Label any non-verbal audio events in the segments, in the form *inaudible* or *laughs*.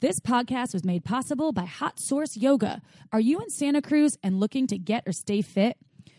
This podcast was made possible by Hot Source Yoga. Are you in Santa Cruz and looking to get or stay fit?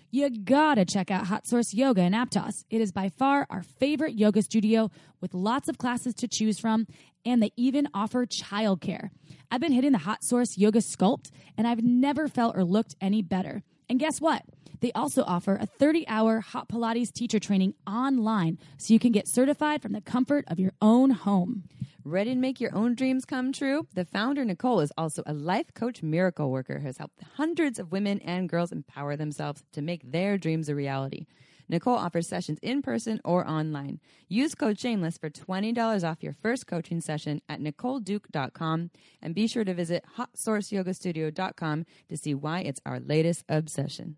You gotta check out Hot Source Yoga in Aptos. It is by far our favorite yoga studio with lots of classes to choose from, and they even offer childcare. I've been hitting the Hot Source Yoga Sculpt, and I've never felt or looked any better. And guess what? They also offer a 30 hour Hot Pilates teacher training online so you can get certified from the comfort of your own home. Ready to make your own dreams come true? The founder, Nicole, is also a life coach miracle worker who has helped hundreds of women and girls empower themselves to make their dreams a reality. Nicole offers sessions in person or online. Use code Shameless for $20 off your first coaching session at NicoleDuke.com and be sure to visit HotSourceYogaStudio.com to see why it's our latest obsession.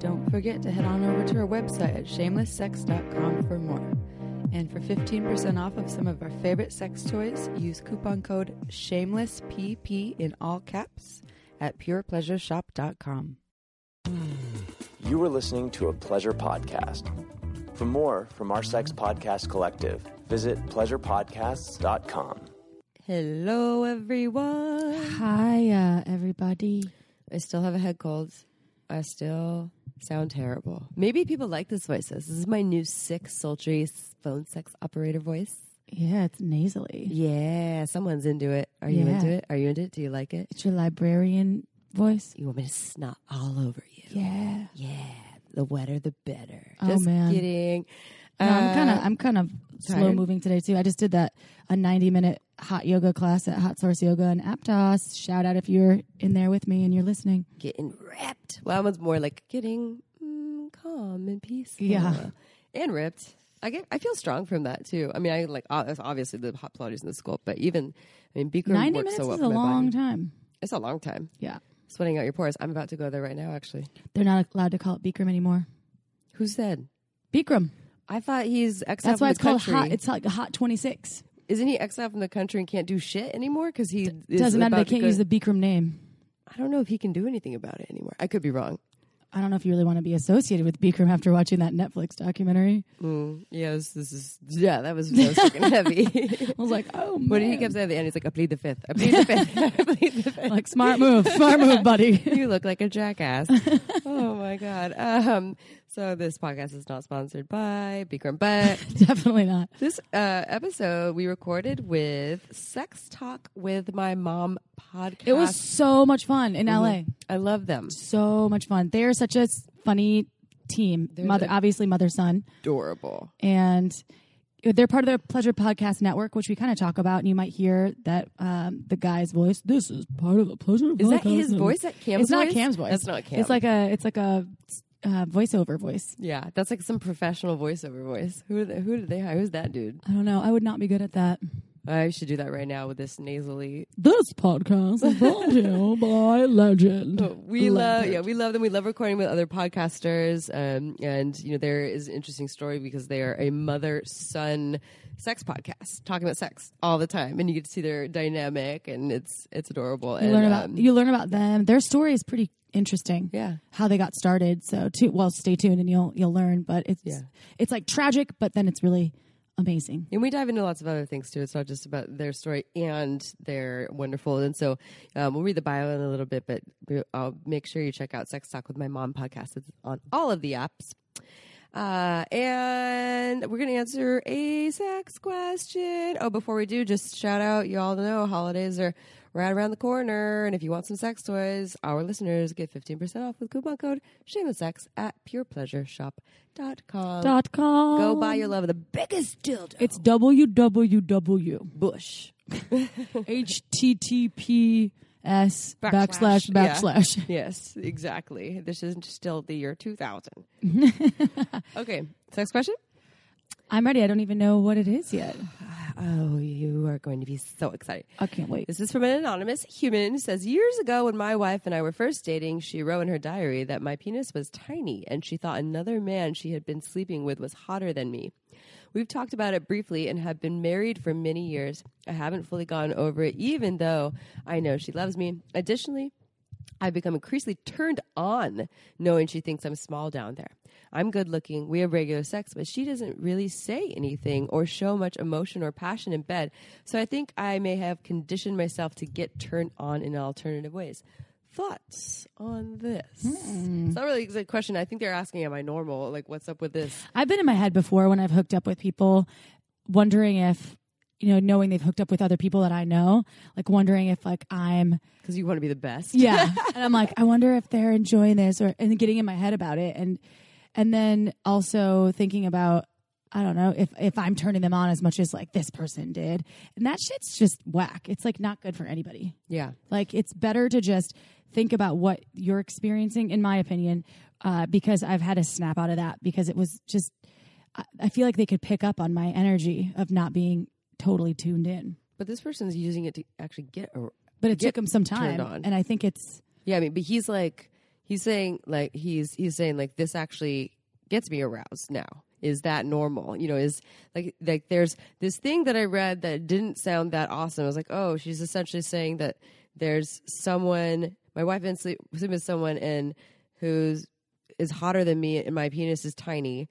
Don't forget to head on over to our website at shamelesssex.com for more. And for 15% off of some of our favorite sex toys, use coupon code SHAMELESSPP in all caps at purepleasureshop.com. You are listening to a pleasure podcast. For more from our sex podcast collective, visit pleasurepodcasts.com. Hello, everyone. Hi, uh, everybody. I still have a head cold. I still sound terrible. Maybe people like this voice. This is my new sick, sultry s- phone sex operator voice. Yeah, it's nasally. Yeah, someone's into it. Are you Yeah. into it? Are you into it? Do you like it? It's your librarian voice. You want me to snot all over you? Yeah. Yeah, the wetter the better. Oh, Just man. kidding. No, I'm kind of Uh, I'm kind of slow moving today too. I just did that a 90 minute hot yoga class at Hot Source Yoga in Aptos. Shout out if you're in there with me and you're listening. getting ripped. Well, that one's more like getting mm, calm and peaceful. Yeah. and ripped. I get. I feel strong from that too. I mean, I like ob- it's obviously the hot Pilates in the school, but even I mean, Beaker 90 works minutes so well is for a my long body. time. It's a long time. Yeah, Sweating out your pores. I'm about to go there right now. Actually, they're not allowed to call it Bikram anymore. who said? Bikram. I thought he's exiled. That's why from it's the called country. hot. It's like hot 26. Isn't he exiled from the country and can't do shit anymore? Because he is Doesn't matter. They about to can't go- use the Bikram name. I don't know if he can do anything about it anymore. I could be wrong. I don't know if you really want to be associated with Bikram after watching that Netflix documentary. Mm, Yeah, this, this is. Yeah, that was, that was fucking *laughs* heavy. I was like, oh, man. What did he kept saying at the end? He's like, I plead the fifth. I plead the *laughs* fifth. I plead the fifth. *laughs* Like smart move, smart *laughs* move, buddy. *laughs* You look like a jackass. oh my god. Um, so this podcast is not sponsored by *laughs* Bikram, but Definitely not. this uh, episode we recorded with Sex Talk with My Mom podcast. It was so much fun Mm-hmm. in LA. I love them. So much fun. They are such a s- funny team. mother, obviously mother son, Adorable. and they're part of the Pleasure Podcast Network, which we kind of talk about. And you might hear that um, the guy's voice. This is part of the Pleasure. Is that Podcast his Network." voice? That Cam's it's not voice? Cam's voice. That's not Cam. It's like a. It's like a uh, voiceover voice. yeah, that's like some professional voiceover voice. Who did they, who did they hire? Who's that dude? I don't know. I would not be good at that. I should do that right now with this nasally This podcast is brought to *laughs* you by Legend. But we love, yeah, we love them. We love recording with other podcasters, um, and you know there is an interesting story because they are a mother son sex podcast talking about sex all the time, and you get to see their dynamic, and it's it's adorable. You and, learn about um, you learn about them. Their story is pretty interesting. Yeah. how they got started. So, too, well, stay tuned and you'll you'll learn. But it's Yeah. it's like tragic, but then it's really amazing. And we dive into lots of other things too. It's not just about their story and they're wonderful. And so um, we'll read the bio in a little bit, but we- I'll make sure you check out Sex Talk with My Mom podcast. It's on all of the apps. Uh, and we're going to answer a sex question. Oh, before we do, just shout out, you all know holidays are right around the corner. And if you want some sex toys, our listeners get 15% off with coupon code shamelesssex at purepleasureshop.com. Dot com. Go buy your love of the biggest dildo. It's www. *laughs* Bush. https backslash Backslash. Yeah. backslash. Yes, exactly. This is still the year 2000. *laughs* okay, next question. I'm ready. I don't even know what it is yet. Oh, you are going to be so excited. I can't wait. This is from an anonymous human who says Years ago, when my wife and I were first dating, she wrote in her diary that my penis was tiny and she thought another man she had been sleeping with was hotter than me. We've talked about it briefly and have been married for many years. I haven't fully gone over it, even though I know she loves me. Additionally, I've become increasingly turned on knowing she thinks I'm small down there. I'm good looking, we have regular sex, but she doesn't really say anything or show much emotion or passion in bed. So I think I may have conditioned myself to get turned on in alternative ways. Thoughts on this? It's not really a question. I think they're asking, Am I normal? Like, what's up with this? I've been in my head before when I've hooked up with people, wondering if, you know, knowing they've hooked up with other people that I know, like wondering if like I'm, Because you want to be the best. *laughs* yeah, and I'm like, I wonder if they're enjoying this or and getting in my head about it, and and then also thinking about. I don't know if, if I'm turning them on as much as like this person did. And that shit's just whack. It's like not good for anybody. Yeah. Like it's better to just think about what you're experiencing, in my opinion, uh, because I've had to snap out of that because it was just. I, I feel like they could pick up on my energy of not being totally tuned in, But this person's using it to actually get a but it Get took them some turned time, on. and I think it's Yeah, I mean, but he's like, he's saying like he's he's saying like this actually gets me aroused now. Is that normal? You know, is like like there's this thing that I read that didn't sound that awesome. I was like, oh, she's essentially saying that there's someone. My wife been sleep sleeping with someone and who's is hotter than me, and my penis is tiny.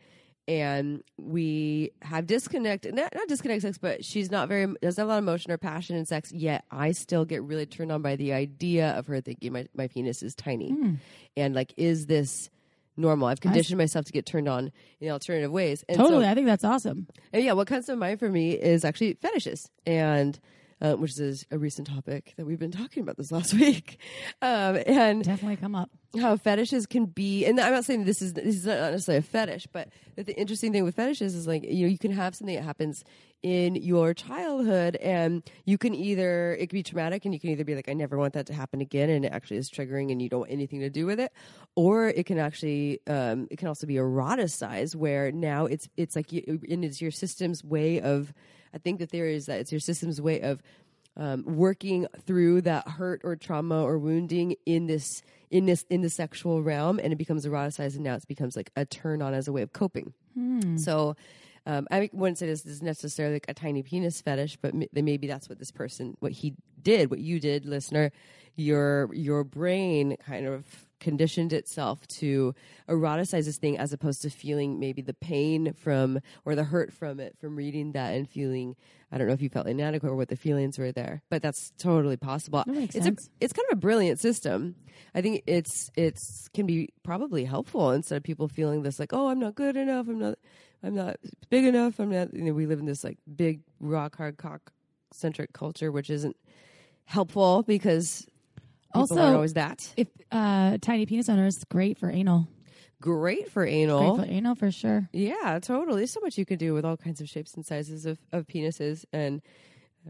And we have disconnect, not, not disconnect sex, but she's not very, doesn't have a lot of emotion or passion in sex, yet I still get really turned on by the idea of her thinking my, my penis is tiny. And like, is this normal? I've conditioned myself to get turned on in alternative ways. And so- totally. I think that's awesome. and yeah, what comes to mind for me is actually fetishes, and uh, which is a recent topic that we've been talking about this last *laughs* week, um, and Definitely come up. how fetishes can be. And I'm not saying this is this is not necessarily a fetish, but that the interesting thing with fetishes is like you know you can have something that happens in your childhood, and you can either it can be traumatic, and you can either be like I never want that to happen again, and it actually is triggering, and you don't want anything to do with it, or it can actually um, it can also be eroticized, where now it's it's like you, and it's your system's way of. I think the theory is that it's your system's way of um, working through that hurt or trauma or wounding in this in this in the sexual realm and it becomes eroticized and now it becomes like a turn on as a way of coping so um, i wouldn't say this is necessarily like a tiny penis fetish but m- maybe that's what this person what he did what you did listener your your brain kind of conditioned itself to eroticize this thing as opposed to feeling maybe the pain from or the hurt from it from reading that and feeling I don't know if you felt inadequate or what the feelings were there, but that's totally possible. makes it's sense. a it's kind of a brilliant system. I think it's it's can be probably helpful instead of people feeling this like, oh, I'm not good enough, I'm not I'm not big enough, I'm not. You know, we live in this like big rock hard cock centric culture, which isn't helpful because people Also- aren't always that If uh, tiny penis owners, great for anal, great for great anal. for anal for sure. Yeah, totally. There's so much you can do with all kinds of shapes and sizes of, of penises, and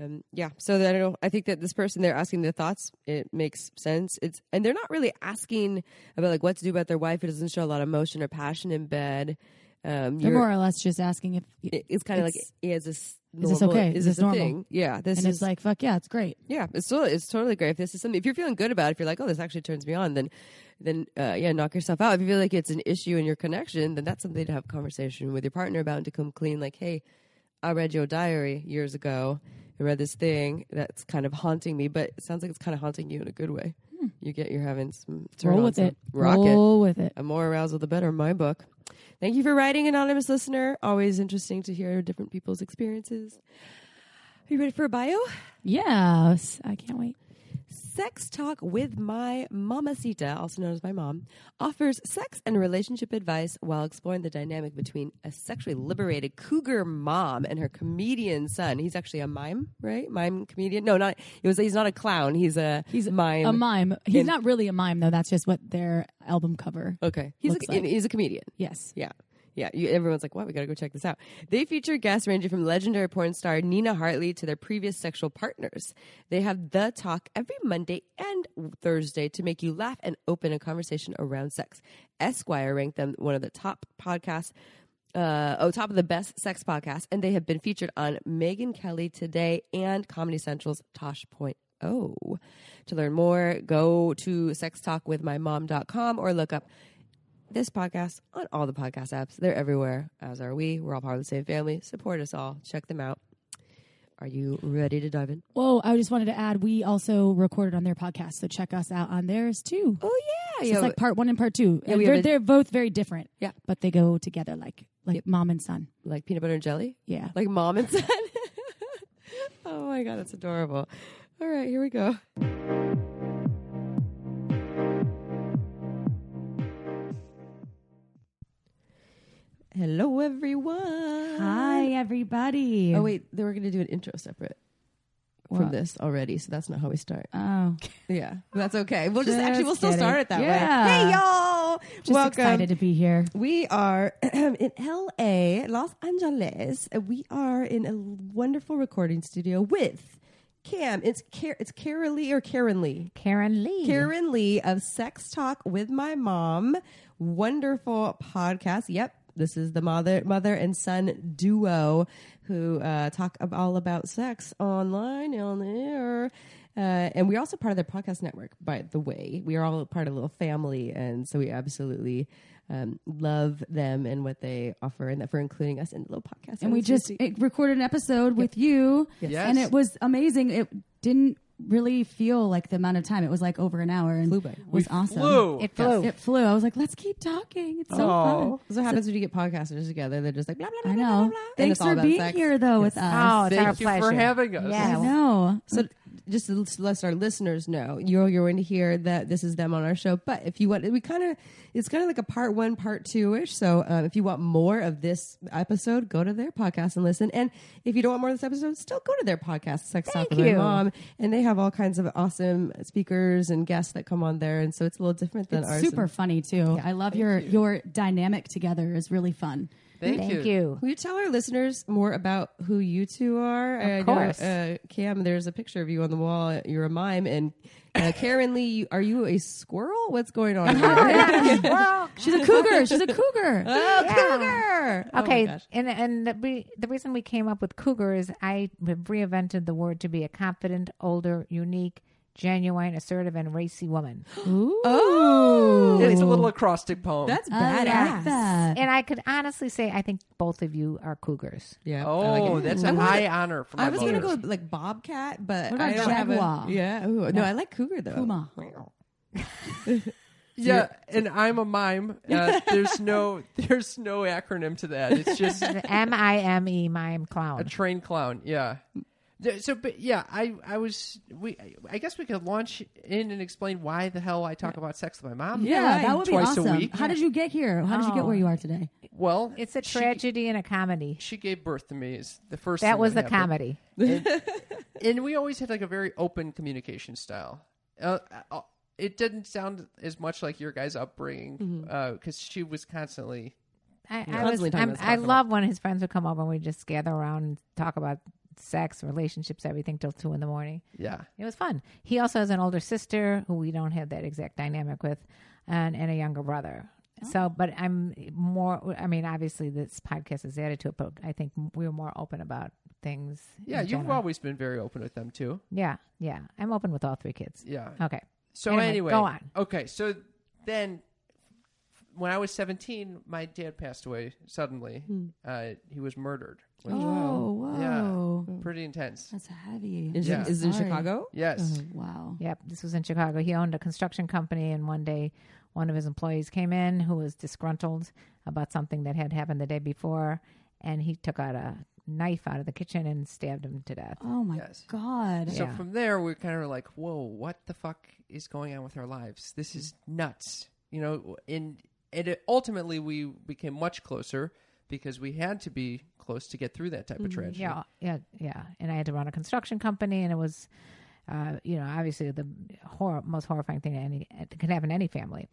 um, yeah. So that I don't. I think that this person they're asking their thoughts. It makes sense. It's and they're not really asking about like what to do about their wife who doesn't show a lot of emotion or passion in bed. Um, They're you're- more or less just asking if, it- it's kind of like it's- is this is this normal? okay? Is, Is this, this a normal? thing? Yeah, this and is it's like fuck yeah, it's great. yeah, it's totally, it's totally great. If this is something, if you're feeling good about it, if you're like, oh, this actually turns me on, then, then, uh, yeah, knock yourself out. If you feel like it's an issue in your connection, then that's something to have a conversation with your partner about and to come clean. Like, hey, I read your diary years ago. I read this thing that's kind of haunting me, but it sounds like it's kind of haunting you in a good way. You get, you're having some Hmm. turn Roll on with some- it. rock it. Roll with it. A more arousal, the better. My book. Thank you for writing, anonymous listener. Always interesting to hear different people's experiences. Are you ready for a bio? Yes, I can't wait. Sex Talk with My Mamacita, also known as my mom, offers sex and relationship advice while exploring the dynamic between a sexually liberated cougar mom and her comedian son. He's actually a mime, right? Mime comedian? No, not it was. He's not a clown. He's a he's mime. A mime. He's In- not really a mime though. That's just what their album cover. Okay, he's Looks a, like. he's a comedian. Yes. Yeah. Yeah, you, everyone's like, "Wow, we gotta go check this out." They feature guests ranging from legendary porn star Nina Hartley to their previous sexual partners. They have the talk every Monday and Thursday to make you laugh and open a conversation around sex. Esquire ranked them one of the top podcasts uh, oh, top of the best sex podcast, and they have been featured on Megan Kelly Today and Comedy Central's Tosh Point. Oh, to learn more, go to sextalkwithmymom.com or look up this podcast on all the podcast apps. They're everywhere, as are we. We're all part of the same family. Support us all. Check them out. Are you ready to dive in? Whoa, Oh, I just wanted to add we also recorded on their podcast, so check us out on theirs too. Oh yeah, So it's like part one and part two. And we have they're, a- they're both very different. Yeah. But they go together like like mom and son. like peanut butter and jelly. Yeah. like mom and son. *laughs* oh my god, that's adorable. All right, here we go. Hello, everyone. Hi everybody. Oh wait, they were going to do an intro separate from What? this already, so that's not how we start. Oh. Yeah, that's okay. We'll just, Just actually we'll still kidding. start it that Yeah. way. Hey y'all, Just welcome. excited to be here. We are *clears throat* in LA, Los Angeles. We are in a wonderful recording studio with Cam. It's Car- it's Karen Lee or Karen Lee. Karen Lee. Karen Lee of Sex Talk with My Mom. Wonderful podcast. Yep. This is the mother mother and son duo who uh, talk ab- all about sex online on the air. Uh, and we're also part of their podcast network, by the way. We are all part of a little family. And so we absolutely um, love them and what they offer and that for including us in the little podcast. and we just it recorded an episode with you Yes. and it was amazing it didn't really feel like the amount of time it was like over an hour and Flew by. was awesome flew. it flew it flew i was like let's keep talking it's so fun That's what happens when you get podcasters together. They're just like, blah, blah, blah, i blah, blah, know blah. And thanks it's all for about being sex. Oh, here though with us Oh, Thank you for having us. i know So just to let our listeners know, you're you're going to hear that this is them on our show. But if you want, we kind of it's kind of like a part one, part two ish. So um, if you want more of this episode, go to their podcast and listen. And if you don't want more of this episode, still go to their podcast, Sex Talk with My Mom, and they have all kinds of awesome speakers and guests that come on there. And so it's a little different than ours. super funny too i love your your dynamic together is really fun Thank, you. Will you tell our listeners more about who you two are? Of course. uh, Cam, there's a picture of you on the wall. You're a mime. And *laughs* uh, Karen Lee, you- are you a squirrel? What's going on? Oh, here? *laughs* Well, she's a cougar she's a cougar oh, Yeah. cougar! Oh my okay, gosh. and and the, we, the reason we came up with cougar is I have reinvented the word to be a confident, older, unique, genuine, assertive, and racy woman. Oh, It's a little acrostic poem. that's I badass. like that. And I could honestly say I think both of you *laughs* are cougars. Yeah. I oh, like it. that's I a was- high honor for my I was going to mother. go with, like bobcat, but What about I don't have jaguar? a. Yeah. Ooh, No, I like cougar though. Puma. yeah, and I'm *laughs* a mime. Uh, there's no there's no acronym to that. It's just The M I M E, mime a clown. train clown. Yeah. Th- So, but yeah, I I was we I guess we could launch in and explain why the hell I talk about sex with my mom. yeah, that would be twice a awesome. week. How did you get here? How did you get Oh. where you are today? Well, It's a she- tragedy and a comedy. She, gave birth to me. Is the first That thing was the happened. comedy. and we always had like a very open communication style. Uh, uh, it didn't sound as much like your guys' upbringing Mm-hmm. because she was constantly. I, I, was, Constantly talking I'm, about I stuff. love when his friends would come over and we just gather around and talk about sex, relationships, everything till two in the morning. Yeah, It was fun. He also has an older sister who we don't have that exact dynamic with, and, and a younger brother. Oh. So, but I'm more, I mean, obviously this podcast is added to it, but I think we're more open about things. yeah. in You've general. always been very open with them too. Yeah, yeah. I'm open with all three kids. Yeah. Okay. So Uh, Anyway, anyway, go on. Okay, so then when I was 17, my dad passed away suddenly. Hmm. Uh, he was murdered. which- Oh, whoa. Yeah, pretty intense. That's heavy. Is, Yeah. it, is it in Sorry. *laughs* Chicago? Mm-hmm. Yes. Wow. Yep. This was in Chicago. He owned a construction company, and one day one of his employees came in who was disgruntled about something that had happened the day before, and he took out a knife out of the kitchen and stabbed him to death. Oh my Yes. god. So Yeah. from there, we are kind of like, whoa, what the fuck is going on with our lives? This is nuts. You know, and, and it, ultimately we became much closer because we had to be Mm, close to get through that type of tragedy. Yeah, yeah, yeah. And I had to run a construction company, and it was uh, you know, obviously the hor- most horrifying thing that any that can happen to any family.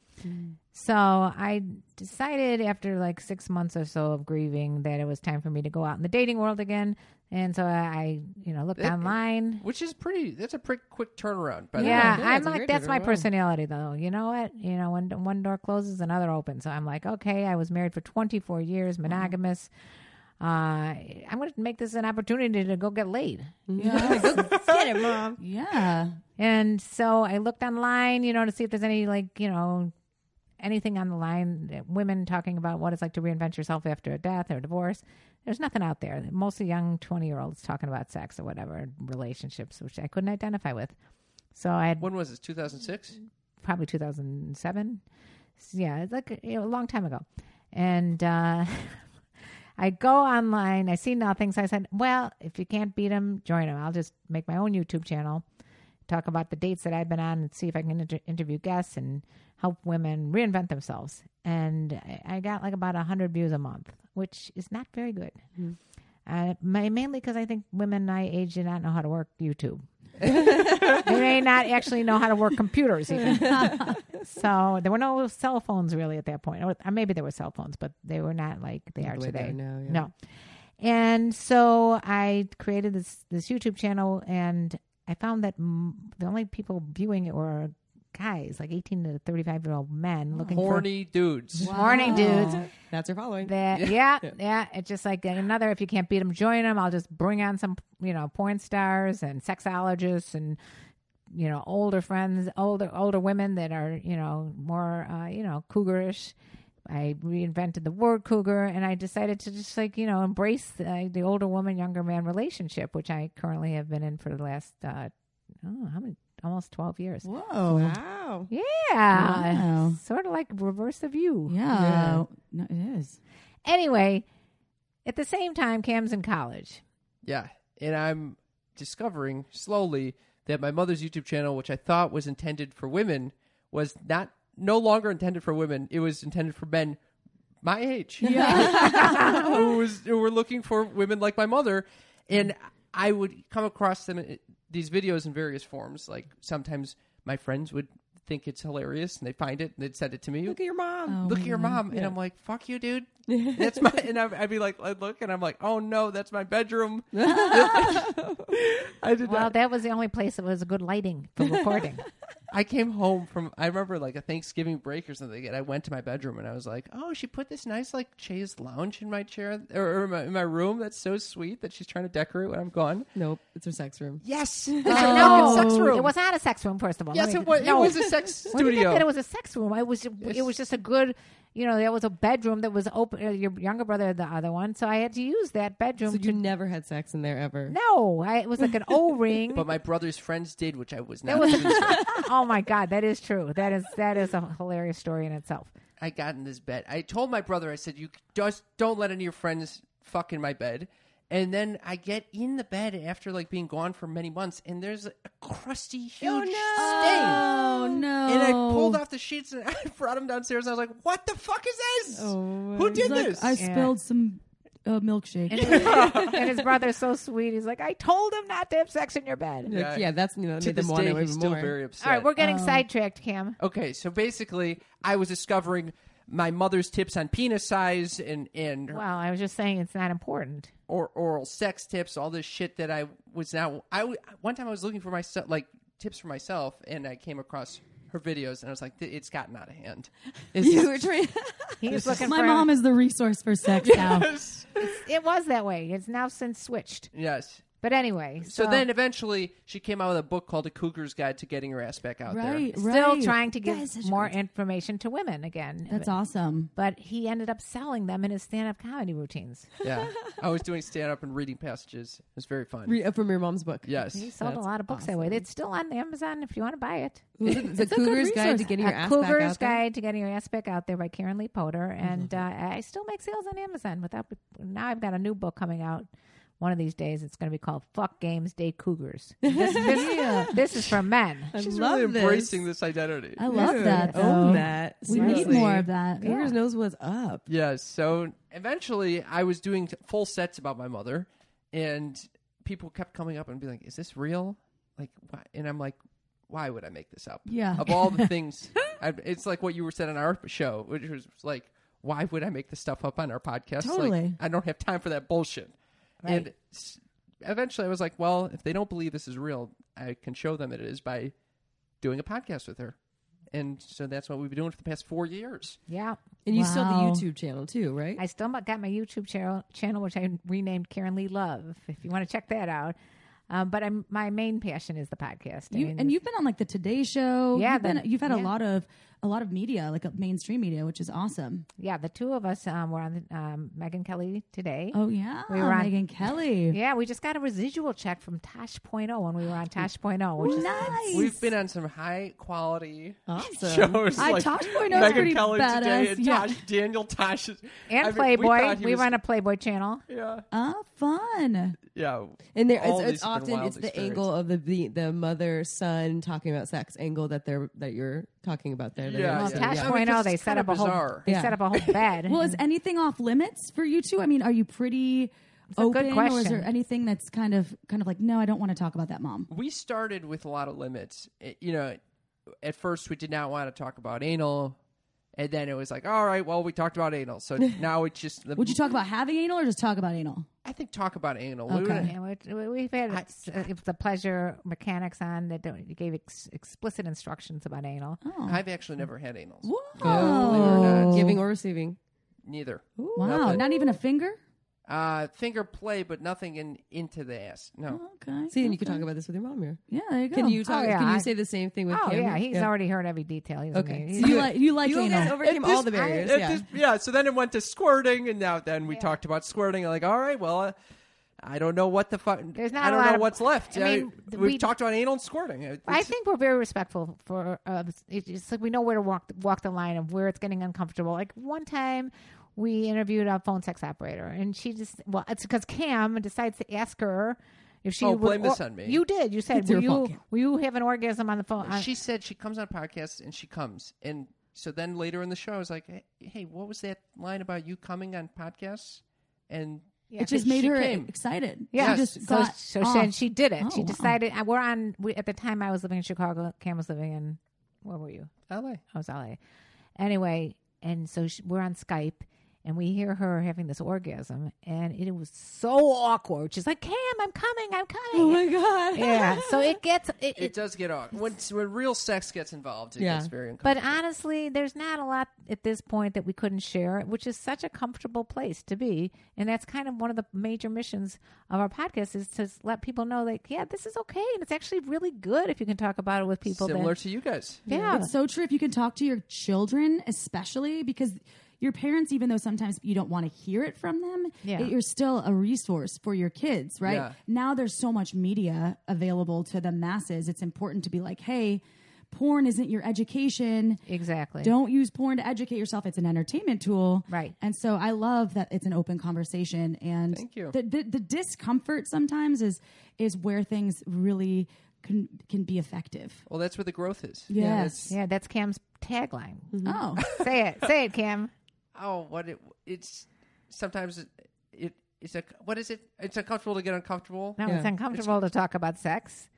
So I decided after like six months or so of grieving that it was time for me to go out in the dating world again. And so I, you know, looked online. Which is pretty. That's a pretty quick turnaround. By Yeah, yeah, I'm it's like weird, that's I my don't know. personality though. You know what? You know when one door closes, another opens. So I'm like, okay, I was married for 24 years, monogamous. Uh, I'm going to make this an opportunity to go get laid. *laughs* Get it, mom. Yeah. And so I looked online, you know, to see if there's any like, you know, anything on the line, that women talking about what it's like to reinvent yourself after a death or a divorce. There's nothing out there. Mostly young 20 year olds talking about sex or whatever, relationships, which I couldn't identify with. So I had Then. When was this? 2006. probably 2007. So, yeah, it's like you know, a long time ago. And uh, *laughs* I go online, I see nothing. So I said, well, if you can't beat them, join them. I'll just make my own YouTube channel, talk about the dates that I've been on, and see if I can inter- interview guests and help women reinvent themselves. And I, I got like about 100 views a month, which is not very good. Uh, my, mainly because I think women my age do not know how to work YouTube. they may not actually know how to work computers even. so there were no cell phones really at that point. Or, or maybe there were cell phones, but they were not like they are way they today. are now, yeah. No. And so I created this this YouTube channel, and I found that mm, the only people viewing it were guys, like eighteen to thirty five year old men looking Horny dudes. for horny dudes. That's her following. That yeah, yeah, It's just like another. If you can't beat them, join them. I'll just bring on some you know porn stars and sexologists and you know older friends, older older women that are you know more uh, you know cougarish. I reinvented the word cougar, and I decided to just like you know embrace the, the older woman younger man relationship, which I currently have been in for the last uh, oh, how many almost twelve years. Whoa. Wow. Yeah, Wow. sort of like reverse of you. Yeah. No, it is. Anyway, at the same time, Cam's in college. Yeah. And I'm discovering slowly that my mother's YouTube channel, which I thought was intended for women, was not no longer intended for women. It was intended for men my age. *laughs* who was who were looking for women like my mother and I would come across them uh, these videos in various forms. Like sometimes my friends would think it's hilarious and they find it and they'd send it to me Look at your mom. look at your mom and i'm like fuck you dude that's my and I'd, I'd be like i'd look and i'm like oh no that's my bedroom i did Well, not that was the only place that was good lighting *laughs* for recording. i came home from i remember like a thanksgiving break or something and i went to my bedroom and i was like oh she put this nice like chaise lounge in my chair or, or my, in my room that's so sweet that she's trying to decorate when i'm gone Nope. It's her sex room. *laughs* yes it's a fucking sex room It was not a sex room, first of all. yes Let me- it was No. it was a sex When you studio think that it was a sex room, it was it was just a good, you know, that was a bedroom that was open. uh, Your younger brother had the other one, so I had to use that bedroom. So to, you never had sex in there ever. no, I, it was like an O *laughs* ring. but my brother's friends did which i was That not was pleased with. *laughs* oh my god, that is true. That is that is a hilarious story *laughs* in itself. I got in this bed. I told my brother, I said, you just don't let any of your friends fuck in my bed. And then I get in the bed after like being gone for many months, and there's a crusty, huge stain. Oh no. And I pulled off the sheets and *laughs* I brought them downstairs. And I was like, "What the fuck is this? Who did this?" I I, spilled some uh, milkshake. and his brother's so sweet. He's like, I told him not to have sex in your bed. Like, Yeah. yeah, that's you know, that to made this them want day, it even he's still more. very upset. All right, we're um, getting sidetracked, Cam. Okay, so basically, I was discovering my mother's tips on penis size and and her Well, I was just saying it's not important. or oral sex tips, all this shit that I was now. I w- one time I was looking for myself, like tips for myself, and I came across her videos, and I was like, "Th- it's gotten out of hand. It's, You were trying. He's looking My for mom is the resource for *laughs* sex now. It was that way. It's now since switched. yes. But anyway, Oh. So, then eventually she came out with a book called A Cougar's Guide to Getting Her Ass Back Out right, There. right. still trying to That is give such a more good- information to women again. That's awesome. But he ended up selling them in his stand-up comedy routines. Yeah. *laughs* I was doing stand up and reading passages. It was very fun. Re- uh, from your mom's book. yes. He sold That's a lot of books that way. It's still on Amazon if you want to buy it. Ooh, the Cougar's Guide to Getting Your A Ass Back Cougar's Out There. Mm-hmm. Guide to Getting Your Ass Back Out There by Karen Lee Potter, and uh, I still make sales on Amazon. Without now, I've got a new book coming out one of these days. It's going to be called "Fuck Games Day *laughs* Cougars." This, this, this is for men. I She's love really this. embracing this identity. I love Dude, that. Though. Own that. We need Seriously. more of that. Cougar's knows what's up. Yeah, so eventually I was doing t- full sets about my mother, and people kept coming up and being like, "Is this real? like, why? and I'm like, why would I make this up? Yeah. Of *laughs* all the things, I, it's like what you were said on our show, which was like, why would I make this stuff up on our podcast? Like, Totally. I don't have time for that bullshit. And s- eventually I was like, well, if they don't believe this is real, I can show them that it is by doing a podcast with her. And so that's what we've been doing for the past four years. Yeah. And you still Wow. have the YouTube channel too, right? I still got my YouTube channel, channel which I renamed Karen Lee Love. If you want to check that out, um, but I'm my main passion is the podcast. I You, mean, and you've been on like the Today Show. Yeah, you've, been, the- you've had yeah. a lot of a lot of media, like uh, mainstream media, which is awesome. yeah, the two of us um, were on the, um, Megan Kelly today. Oh yeah, We were on- Megan Kelly. Yeah, we just got a residual check from Tosh.0 when we were on Tosh.0, which is Nice. We've been on some high quality Awesome. shows. I like Tosh Point is Megan pretty Kelly badass. today and yeah. Tosh, Daniel Tosh. is- I and mean, Playboy. We, We, thought he was- run a Playboy channel. Yeah. Oh, fun. Yeah. And there, All it's, these it's have often been wild it's the experience. angle of the the, the mother son talking about sex angle that they're that you're talking about there. that Yeah, I'm Well, yeah, listening to. Tosh.0, I mean, 'cause they it's set kind up of a whole bizarre. they Yeah. set up *laughs* a whole bed. Well, is anything off limits for you two? I mean, are you pretty a open, good or is there question. anything that's kind of kind of like, no, I don't want to talk about that, mom? We started with a lot of limits. It- you know, at first we did not want to talk about anal. And then it was like, all right, well, we talked about anal. So now it's just. The, Would you talk about having anal or just talk about anal? I think talk about anal. We Okay. wouldn't- Yeah, we- we- we've had ex- uh, if the pleasure mechanics on that don't- gave ex- explicit instructions about anal. I've actually never had anal. Whoa! Oh. giving or receiving. Neither. wow, Nothing. not even a finger. Uh, finger play, but nothing in into the ass. No. Okay. See, and you can talk about this with your mom here. yeah, there you go. Can you talk? Oh, yeah, Can you I- say the same thing with? Oh Cam? yeah, he's already heard every detail. He's Okay. amazing. So He's- You like you like You guys anal? overcame At all this- the barriers. at yeah. this- yeah. So then it went to squirting, and now then we talked about squirting. Like, all right, well, uh, I don't know what the fuck. There's not I a don't lot know of- what's left. I mean, we've th- we- talked about anal and squirting. It's- I think we're very respectful for. Uh, it's just like we know where to walk walk the line of where it's getting uncomfortable. Like one time, we interviewed a phone sex operator, and she just well, it's because Cam decides to ask her if she Oh, would, blame this on me. You did. You said your will fault, you Cam." will you have an orgasm on the phone? on- she said she comes on podcasts and she comes, and so then later in the show, I was like, hey, hey, what was that line about you coming on podcasts? And It just she made her came. excited. Yeah, She just so, got so off. *laughs* she, and she did it. Oh, she wow. decided. uh, We're on. We, at the time, I was living in Chicago. Cam was living in. Where were you? LA. I was LA. Anyway, and so she, we're on Skype, and we hear her having this orgasm, and it was so awkward. She's like, "Cam, I'm coming. I'm coming." Oh my god! yeah. So it gets it. It it does get awkward when when real sex gets involved. It Yeah. gets very uncomfortable. but honestly, there's not a lot at this point that we couldn't share, which is such a comfortable place to be, and that's kind of one of the major missions of our podcast is to let people know, like, yeah, this is okay, and it's actually really good if you can talk about it with people. that- similar to you guys. yeah, It's so true if you can talk to your children, especially because your parents, even though sometimes you don't want to hear it from them, Yeah. it- you're still a resource for your kids, right? Yeah. Now there's so much media available to the masses. It's important to be like, hey, porn isn't your education. exactly. Don't use porn to educate yourself. It's an entertainment tool. Right. And so I love that it's an open conversation. And Thank you. The, the, the discomfort sometimes is is where things really can can be effective. Well, that's where the growth is. Yes. Yeah, that's Cam's tagline. Oh. say it, say it, Cam. oh what it it's sometimes it, it it's a what is it it's uncomfortable to get uncomfortable No, it's Yeah. uncomfortable to talk about sex.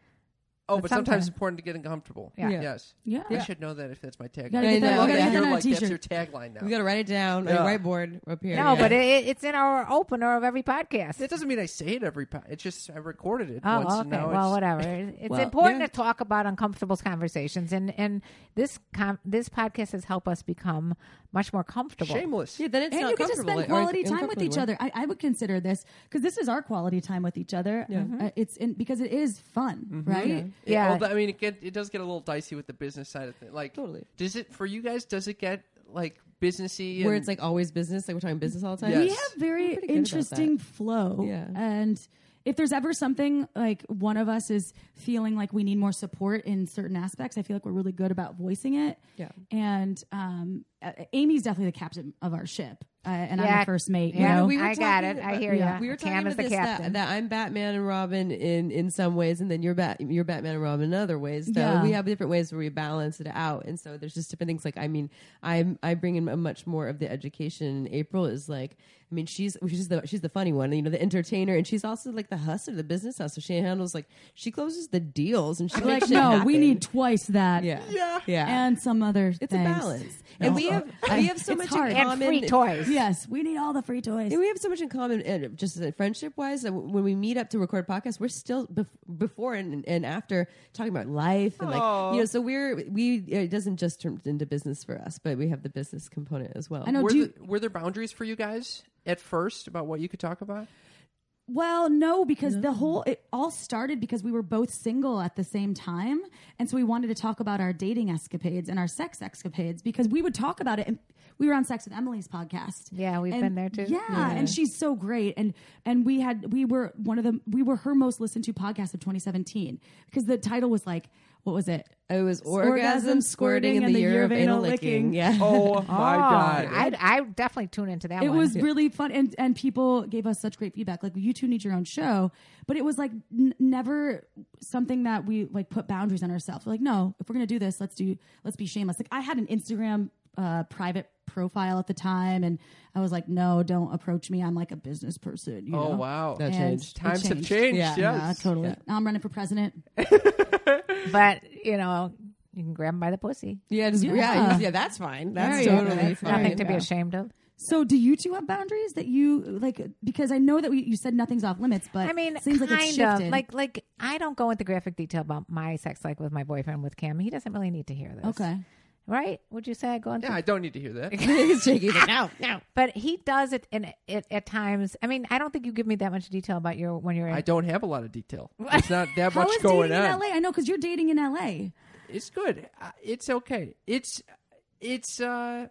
oh but but sometimes, sometimes- it's important to get uncomfortable Yeah. Yeah. yes Yeah. i should know that if that's my tagline gotta get that- we gotta I get feel that on a like that's t-shirt. your tagline now We got to write it down on Yeah. a whiteboard up here. No, Yeah. but it, it, it's in our opener of every podcast. that doesn't mean i say it every po- it's just i recorded it Oh, once and okay. now it's, Well, whatever. *laughs* It- It's Well, important yeah. to talk about uncomfortable conversations, and and this com- this podcast has helped us become much more comfortable. shameless yeah, then it's and not you get to comfortable, spend or quality it's time with each uncomfortable. other. I, I would consider this because this is our quality time with each other. Mm-hmm. Uh, it's in, because it is fun, right? It- Yeah. although, i mean it get, it does get a little dicey with the business side of things like Totally. does it for you guys does it get like businessy Where and- it's like always business, like we're talking business all the time. Yes. We have very pretty good about interesting flow, Yeah. and if there's ever something like one of us is feeling like we need more support in certain aspects, I feel like we're really good about voicing it. Yeah. and um, uh, Amy's definitely the captain of our ship, uh, and I'm Yeah. the first mate. Yeah. You know? We I got talking it. I hear ya. We were Cam talking is about the this, that- captain. That, I'm Batman and Robin in in some ways, and then you're Bat you're Batman and Robin in other ways. So Yeah. we have different ways where we balance it out, and so there's just different things. Like I mean, I'm I bring in a much more of the education. April is like. I I mean, she's she's the she's the funny one, you know, the entertainer, and she's also like the hustler, the business hustler. She handles like she closes the deals, and she's Like, *laughs* no, we need twice that. yeah, yeah, yeah. And some other things. it's a balance, and we have we have so much hard. in And and common. free toys. Yes, we need all the free toys. And we have so much in common, and just friendship wise, that w- when we meet up to record podcasts, we're still bef- before and, and after talking about life and like you know. So we're we it doesn't just turn into business for us, but we have the business component as well. I know. were, Do you, the- were there boundaries for you guys at first about what you could talk about? well, no, because the whole it all started because we were both single at the same time, and so we wanted to talk about our dating escapades and our sex escapades because we would talk about it. And we were on Sex with Emily's podcast. Yeah, we've And- been there too. Yeah, and she's so great. And and we had we were one of the we were her most listened to podcast of 2017 because the title was like what was it? It was orgasm, squirting, in the, year, of anal licking. Yeah. Oh my eh? god! I I definitely tune into that it one. was really fun and and people gave us such great feedback like you two need your own show but it was like n- never something that we like put boundaries on ourselves We're like no if we're gonna do this let's do let's be shameless like i had an instagram uh, private profile at the time and i was like no don't approach me i'm like a business person you oh know? wow! That And changed. it Times have changed. Yeah. yeah, Yes. totally. Now I'm running for president. but you know, you can grab them by the pussy. Yeah, just, yeah, yeah, Yeah. that's fine. That's There you go. totally That's fine. Nothing to be Yeah. ashamed of. So, do you two have boundaries that you like? Because I know that we, you said nothing's off limits, but I mean, it seems like kind it's shifted. of like like I don't go into graphic detail about my sex life with my boyfriend with Cam. He doesn't really need to hear this. okay, right? Would you say I go into? Yeah, I don't need to hear *laughs* that. He's shaking. He's like, no, no. But he does it, and it at times. I mean, I don't think you give me that much detail about your when you're in. I don't have a lot of *laughs* detail. It's not that how much is going dating in on. LA? I know because you're dating in LA. It's good. Uh, It's okay. It's it's uh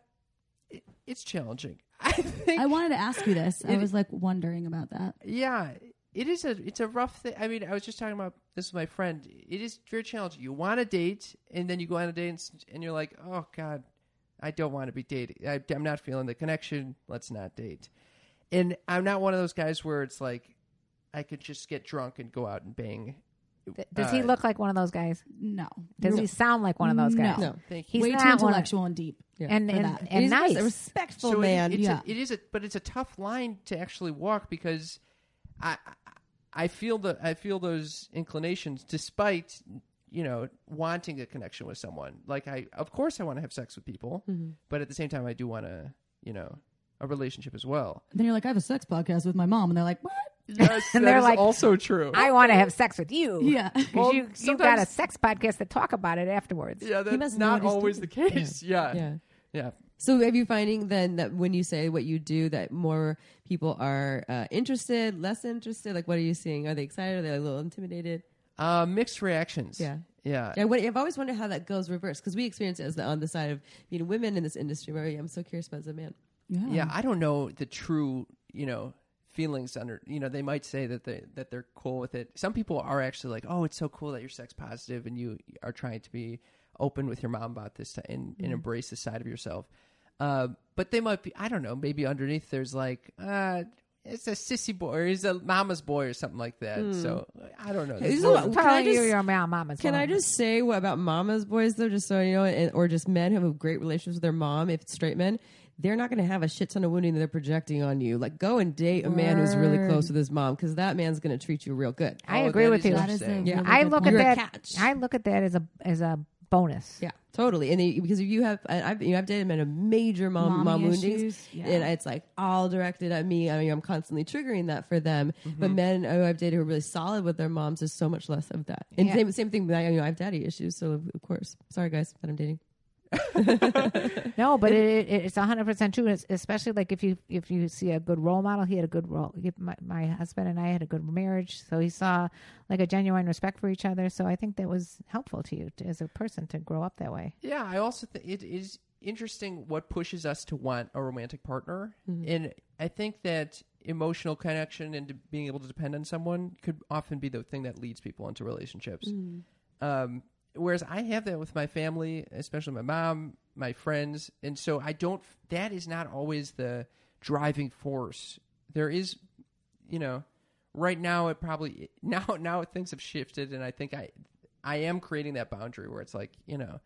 it- it's challenging. *laughs* I think. I wanted to ask you this. I It- was like wondering about that. yeah, it is a it's a rough thing. I mean, I was just talking about this with my friend. It is very challenging. You want to date, and then you go on a date, and, s- and you're like, oh god, I don't want to be dating. I, I'm not feeling the connection. Let's not date. And I'm not one of those guys where it's like I could just get drunk and go out and bang. Th- Does he uh, look like one of those guys? No. Does he sound like one of those guys? No. Thank you. Way He's not too one of- intellectual and deep. And For and, that. and, He's a nice. respectful it- Oh, man. it's yeah. a, it is a but it's a tough line to actually walk because I I- I feel the I feel those inclinations despite you know wanting a connection with someone. Like I of course I want to have sex with people, but at the same time I do want to you know a relationship as well. Then you're like, I have a sex podcast with my mom, and they're like, what? *laughs* Yes, And they're that is like, also true. I want to have sex with you. Yeah. *laughs* 'Cause Well, you you got sometimes- a sex podcast to talk about it afterwards. yeah, that's must know not what he's always the doing. case. Yeah. Yeah. Yeah. So, are you finding then that when you say what you do, that more people are uh, interested, less interested? Like, what are you seeing? Are they excited? Are they a little intimidated? Uh, mixed reactions. Yeah. Yeah. I wonder- I've always wondered how that goes reverse because we experience it as the, on the side of you know women in this industry. Where I'm so curious about as a man. yeah i don't know the true you know feelings under you know they might say that they that they're cool with it some people are actually like oh it's so cool that you're sex positive and you are trying to be open with your mom about this and, Mm-hmm. and embrace this side of yourself uh, but they might be i don't know maybe underneath there's like uh it's a sissy boy or he's a mama's boy or something like that so i don't know There's Hmm. There's a no- lot- can I Probably you just- your mom, mom is Can one I of them. just say what about mama's boys though? Just so you know, and, or just men who have great relationships with their mom, if it's straight men, they're not going to have a shit ton of wounding that they're projecting on you. Like, go and date a man who's really close with his mom because that man's going to treat you real good. I Oh, agree that with is you. That is a Interesting. really Yeah. good I look at point. You're a that. catch. I look at that as a as a bonus. Yeah, totally. And they, because if you have, I- I've, you know, I've dated men of major mom, Mommy mom woundings, issues, yeah. and it's like all directed at me. I mean, I'm constantly triggering that for them. Mm-hmm. But men who I've dated who are really solid with their moms is so much less of that. And same, same thing. with that, You know, I have daddy issues, so of course. Sorry, guys, that I'm dating. No, but it, it, it's hundred percent true. It's, especially like if you if you see a good role model, he had a good role. he- My, my husband and I had a good marriage, so he saw like a genuine respect for each other. So I think that was helpful to you to, as a person to grow up that way. Yeah, I also think it is interesting what pushes us to want a romantic partner, Mm-hmm. Mm-hmm. and I think that emotional connection and de- being able to depend on someone could often be the thing that leads people into relationships. Um, whereas I have that with my family, especially my mom, my friends, and so I don't. That is not always the driving force. There is, you know, right now it probably *laughs* now now things have shifted, and I think I I am creating that boundary where it's like you know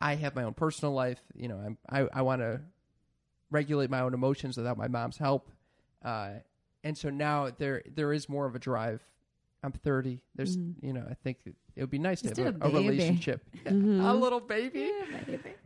I have my own personal life. You know, I'm, I I want to regulate my own emotions without my mom's help. uh, and so now there there is more of a drive. I'm 30. There's you know I think it, it would be nice Just to have do a a, a baby. relationship, *laughs* a little baby.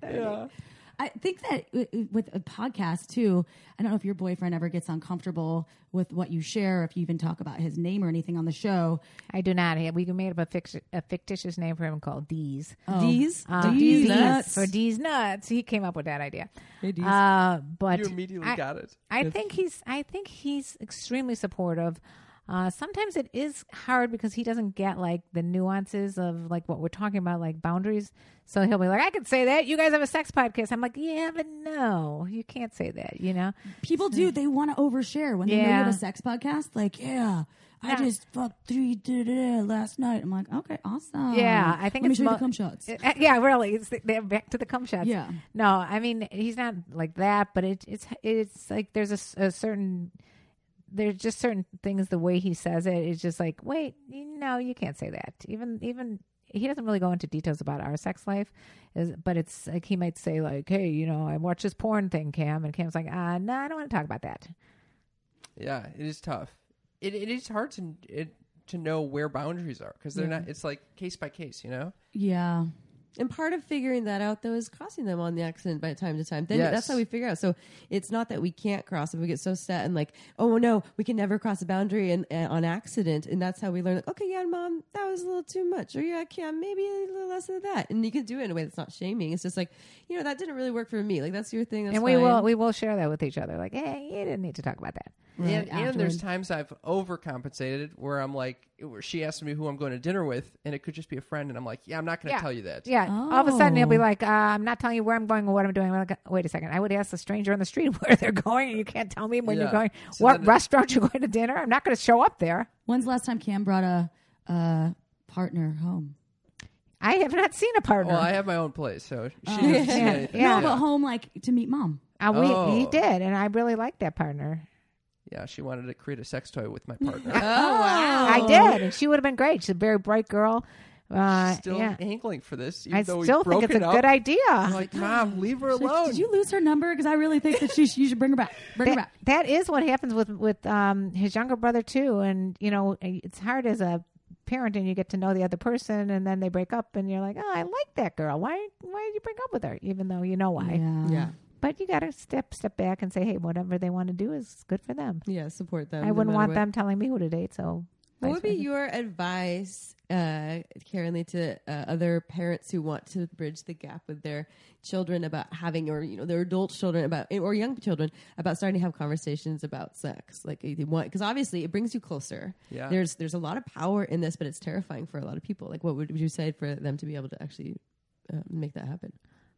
Yeah. I think that w- w- with a podcast too, I don't know if your boyfriend ever gets uncomfortable with what you share, or if you even talk about his name or anything on the show. I do not. have- We made up a, fix, a fictitious name for him called D's. Oh. These, Um, these for D's nuts. He came up with that idea. Oh. Uh, but You immediately I, got it. I think he's. I think he's extremely supportive. Uh, sometimes it is hard because he doesn't get like the nuances of like what we're talking about, like boundaries. So he'll be like, "I could say that. You guys have a sex podcast." I'm like, "Yeah, but no, you can't say that." You know? People do. They want to overshare when they know you Yeah. have a sex podcast. Like, yeah, I just fucked three da, da, da, last night. I'm like, okay, awesome. Yeah, I think Let me it's show you mo- the cum shots. Uh, yeah, really. It's they're back to the cum shots. Yeah. No, I mean he's not like that, but it, it's it's like there's a s- a, certain there's just certain things the way he says it. It's just like wait, no, you can't say that. Even even he doesn't really go into details about our sex life, is, but it's like he might say like, hey, you know, I watched this porn thing, Cam, and Cam's like, uh, no, I don't want to talk about that. Yeah, it is tough. It it is hard to it, to know where boundaries are because they're not. It's like case by case, you know. yeah. And part of figuring that out, though, is crossing them on the accident by time to time. Then Yes. that's how we figure out. So it's not that we can't cross them. We get so set and like, oh no, we can never cross a boundary and, and on accident. And that's how we learn. Like, okay, yeah, mom, that was a little too much, or yeah, Cam, maybe a little less of that. And you can do it in a way that's not shaming. It's just like, you know, that didn't really work for me. Like that's your thing. That's and we fine. will we will share that with each other. Like, hey, you didn't need to talk about that. and, and there's times I've overcompensated where I'm like, where she asked me who I'm going to dinner with, and it could just be a friend, and I'm like, yeah, I'm not going to Yeah. tell you that. Yeah. All of a sudden, he'll be Oh. like, uh, "I'm not telling you where I'm going or what I'm doing." I'm like, Wait a second. I would ask a stranger on the street *laughs* where they're going, and you can't tell me when Yeah. you're going. So what then it- restaurant you're going to dinner? I'm not going to show up there. When's the last time Cam brought a, a partner home? I have not seen a partner. Well, I have my own place, so she doesn't see anything. Oh. *laughs* Yeah. No, but home like to meet mom. Uh, we, He Oh. did, and I really liked that partner. Yeah, she wanted to create a sex toy with my partner. Oh wow. I did, and she would have been great. She's a very bright girl. Uh, still yeah. angling for this, even I though still we've think it's broken a up. good idea. I'm like, mom, leave her alone. Did you lose her number? Because I really think that she you should bring her back. Bring her That- back. that is what happens with with um, his younger brother too, and you know eh, it's hard as a parent, and you get to know the other person, and then they break up, and you're like, oh, I like that girl. Why why did you break up with her? Even though you know why, Yeah. Yeah. but you got to step step back and say, hey, whatever they want to do is good for them. Yeah. Support them. I no wouldn't matter want what. them telling me who to date. So What vice would be versa. your advice, uh, Karen Lee, to uh, other parents who want to bridge the gap with their children about having, or you know, their adult children about, or young children about starting to have conversations about sex? Like they want, because obviously it brings you closer. Yeah. There's there's a lot of power in this, but it's terrifying for a lot of people. Like, what would you say for them to be able to actually uh, make that happen?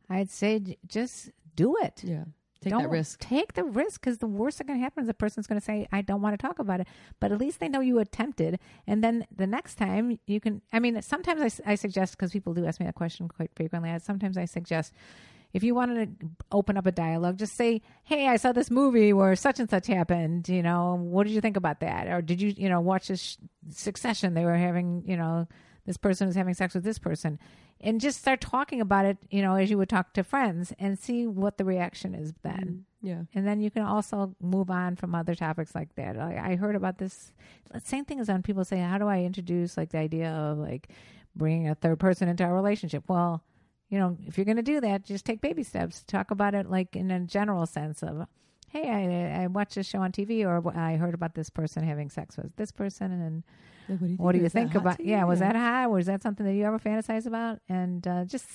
I'd say j- just do it. Yeah. Take don't that risk. Take the risk because the worst that can happen is the person's going to say, "I don't want to talk about it." But at least they know you attempted, and then the next time you can. I mean, sometimes I, s- I suggest because people do ask me that question quite frequently. I, sometimes I suggest if you wanted to open up a dialogue, just say, "Hey, I saw this movie where such and such happened. You know, what did you think about that? Or did you, you know, watch this sh- Succession? They were having, you know." this person is having sex with this person and just start talking about it you know as you would talk to friends and see what the reaction is then Yeah. and then you can also move on from other topics like that like i heard about this same thing as when people say how do i introduce like the idea of like bringing a third person into our relationship well you know if you're going to do that just take baby steps talk about it like in a general sense of hey i, I watched this show on tv or i heard about this person having sex with this person and Like, what do you think, what do you Is that think hot about to you? yeah was that high was that something that you ever fantasize about and uh, just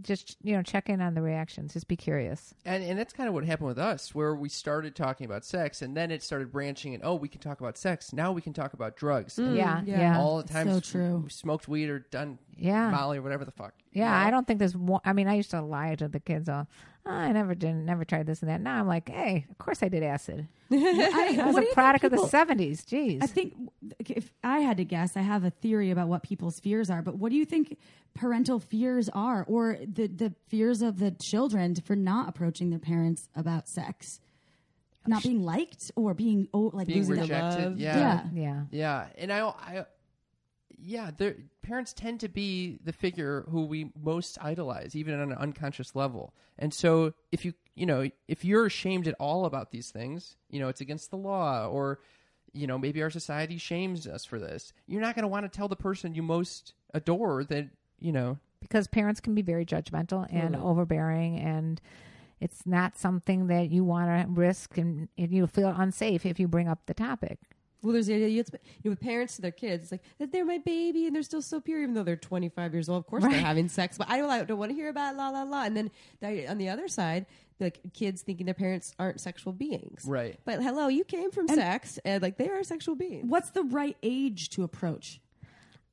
just you know check in on the reactions just be curious and and that's kind of what happened with us where we started talking about sex and then it started branching and oh we can talk about sex now we can talk about drugs And yeah yeah Mm, yeah. yeah, all the time Mm. so s- true. we smoked weed or done Yeah. molly or whatever the fuck i don't think there's one i mean i used to lie to the kids all "Oh, i never did never tried this and that now i'm like hey of course i did acid I, i *laughs* was what do you a think product of the people- 70s jeez I think if I had to guess, I have a theory about what people's fears are, but what do you think parental fears are or the, the fears of the children for not approaching their parents about sex? Not being liked or being oh, like being losing their rejected love. yeah. Yeah. yeah yeah and i i yeah, their parents tend to be the figure who we most idolize, even on an unconscious level. And so, if you you know if you're ashamed at all about these things, you know it's against the law, or you know maybe our society shames us for this. You're not going to want to tell the person you most adore that you know because parents can be very judgmental and overbearing and it's not something that you want to risk and, and you feel unsafe if you bring up the topic Well, there's the idea you have to- you know, with parents to their kids. It's like that they're my baby and they're still so pure, even though they're 25 years old. Of course, they're having sex, but I don't, I don't want to hear about it, la la la. And then the- on the other side, like kids thinking their parents aren't sexual beings, Right. But hello, you came from sex, and like they are sexual beings. What's the right age to approach?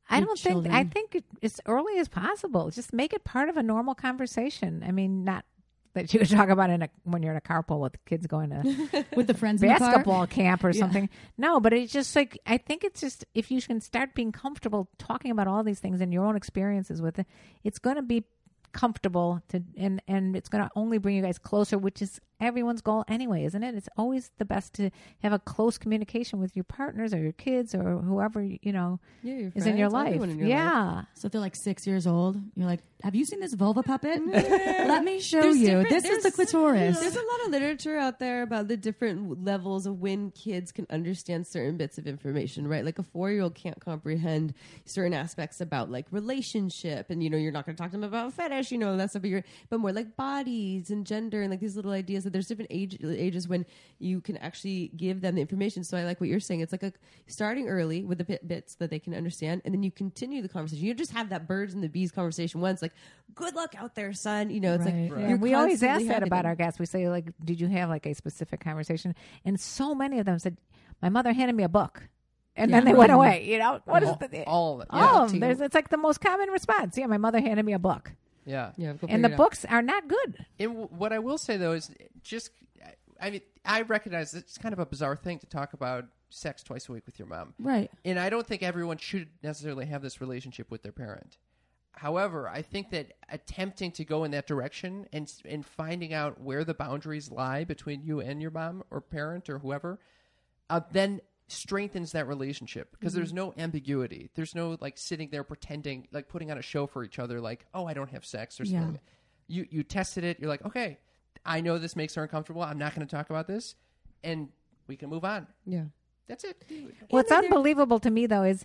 I with don't think. I children. think it- as early as possible. Just make it part of a normal conversation. I mean, not that you would talk about in a when you're in a carpool with kids going to With the friends in the car? basketball camp or something. No, but it's just like I think it's just if you can start being comfortable talking about all these things and your own experiences with it, it's going to be comfortable to and and it's going to only bring you guys closer which is everyone's goal anyway isn't it it's always the best to have a close communication with your partners or your kids or whoever you know Yeah, your is in your friends, life everyone in your yeah So if they're like six years old, you're like, "Have you seen this vulva puppet? Let me show you. different- This is the there's- clitoris." There's a lot of literature out there about the different w- levels of when kids can understand certain bits of information, right? Like a four year old can't comprehend certain aspects about like relationship, and you know you're not going to talk to them about fetish, you know that's stuff, but you're but more like bodies and gender and like these little ideas that there's different age, ages when you can actually give them the information. So I like what you're saying. It's like a starting early with the bit, bits that they can understand, and then you continue the conversation. You just have that birds and the bees conversation once, like good luck out there, son. You know, it's like Yeah, you're we always ask constantly that about having our guests. We say, like, did you have like a specific conversation? And so many of them said, my mother handed me a book, and then they went away. You know, what is all, the all of it. all of them? There's, it's like the most common response. Yeah, my mother handed me a book, yeah. it. Yeah, go figure and the it out. books are not good. And w- what I will say though is just, I mean, I recognize it's kind of a bizarre thing to talk about sex twice a week with your mom, Right. And I don't think everyone should necessarily have this relationship with their parent. However, I think that attempting to go in that direction and s- and finding out where the boundaries lie between you and your mom or parent or whoever, uh, then strengthens that relationship because there's no ambiguity. There's no like sitting there pretending, like putting on a show for each other, like oh I don't have sex or Yeah. something. You you tested it. You're like okay, I know this makes her uncomfortable. I'm not going to talk about this, and we can move on. Yeah. That's it. What's unbelievable to me though is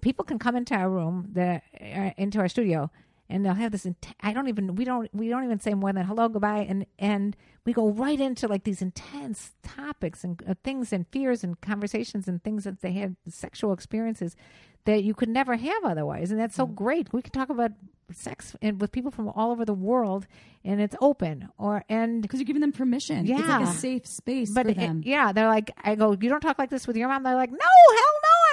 people can come into our room, the uh, into our studio, and they'll have this. Int- I don't even we don't we don't even say more than hello, goodbye, and and we go right into like these intense topics and uh, things and fears and conversations and things that they had sexual experiences that you could never have otherwise, and that's so great. We can talk about sex and with people from all over the world, and it's open or and Because you're giving them permission. It's like Yeah. a safe space but for it- them. yeah, they're like, I go, you don't talk like this with your mom. They're like, no, hell no,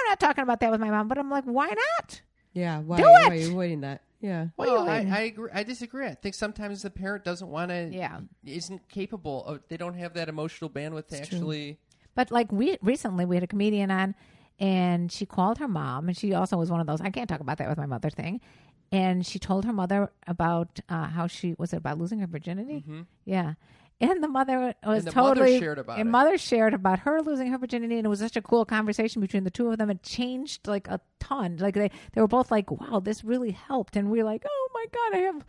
I'm not talking about that with my mom. But I'm like, why not? Yeah, why, Do why are it! you avoiding that? Yeah. Well, I, I agree. I disagree. I think sometimes the parent doesn't want to. Yeah. Isn't capable of. They don't have that emotional bandwidth to actually. But like we recently, we had a comedian on, and she called her mom, and she also was one of those I can't talk about that with my mother thing. And she told her mother about uh, how she was it about losing her virginity. Yeah. And the mother was Mm-hmm. And the mother totally shared about and it. mother shared about her losing her virginity, and it was such a cool conversation between the two of them. It changed like a ton. Like they they were both like, "Wow, this really helped," and we are like, "Oh my god, I have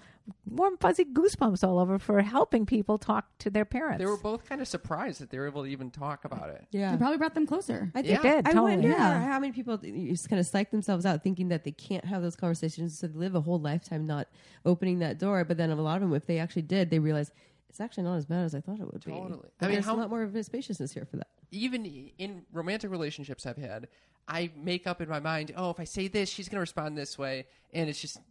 warm fuzzy goosebumps all over for helping people talk to their parents." They were both kind of surprised that they were able to even talk about it. Yeah. It probably brought them closer. I think It did, I totally. wonder Yeah. how many people th- just kind of psych themselves out thinking that they can't have those conversations, so they live a whole lifetime not opening that door. But then a lot of them, if they actually did, they realize it's actually not as bad as I thought it would be. Totally. But I mean, there's how- a lot more of a spaciousness here for that. Even i- in romantic relationships I've had, I make up in my mind, oh, if I say this, she's going to respond this way, and it's just,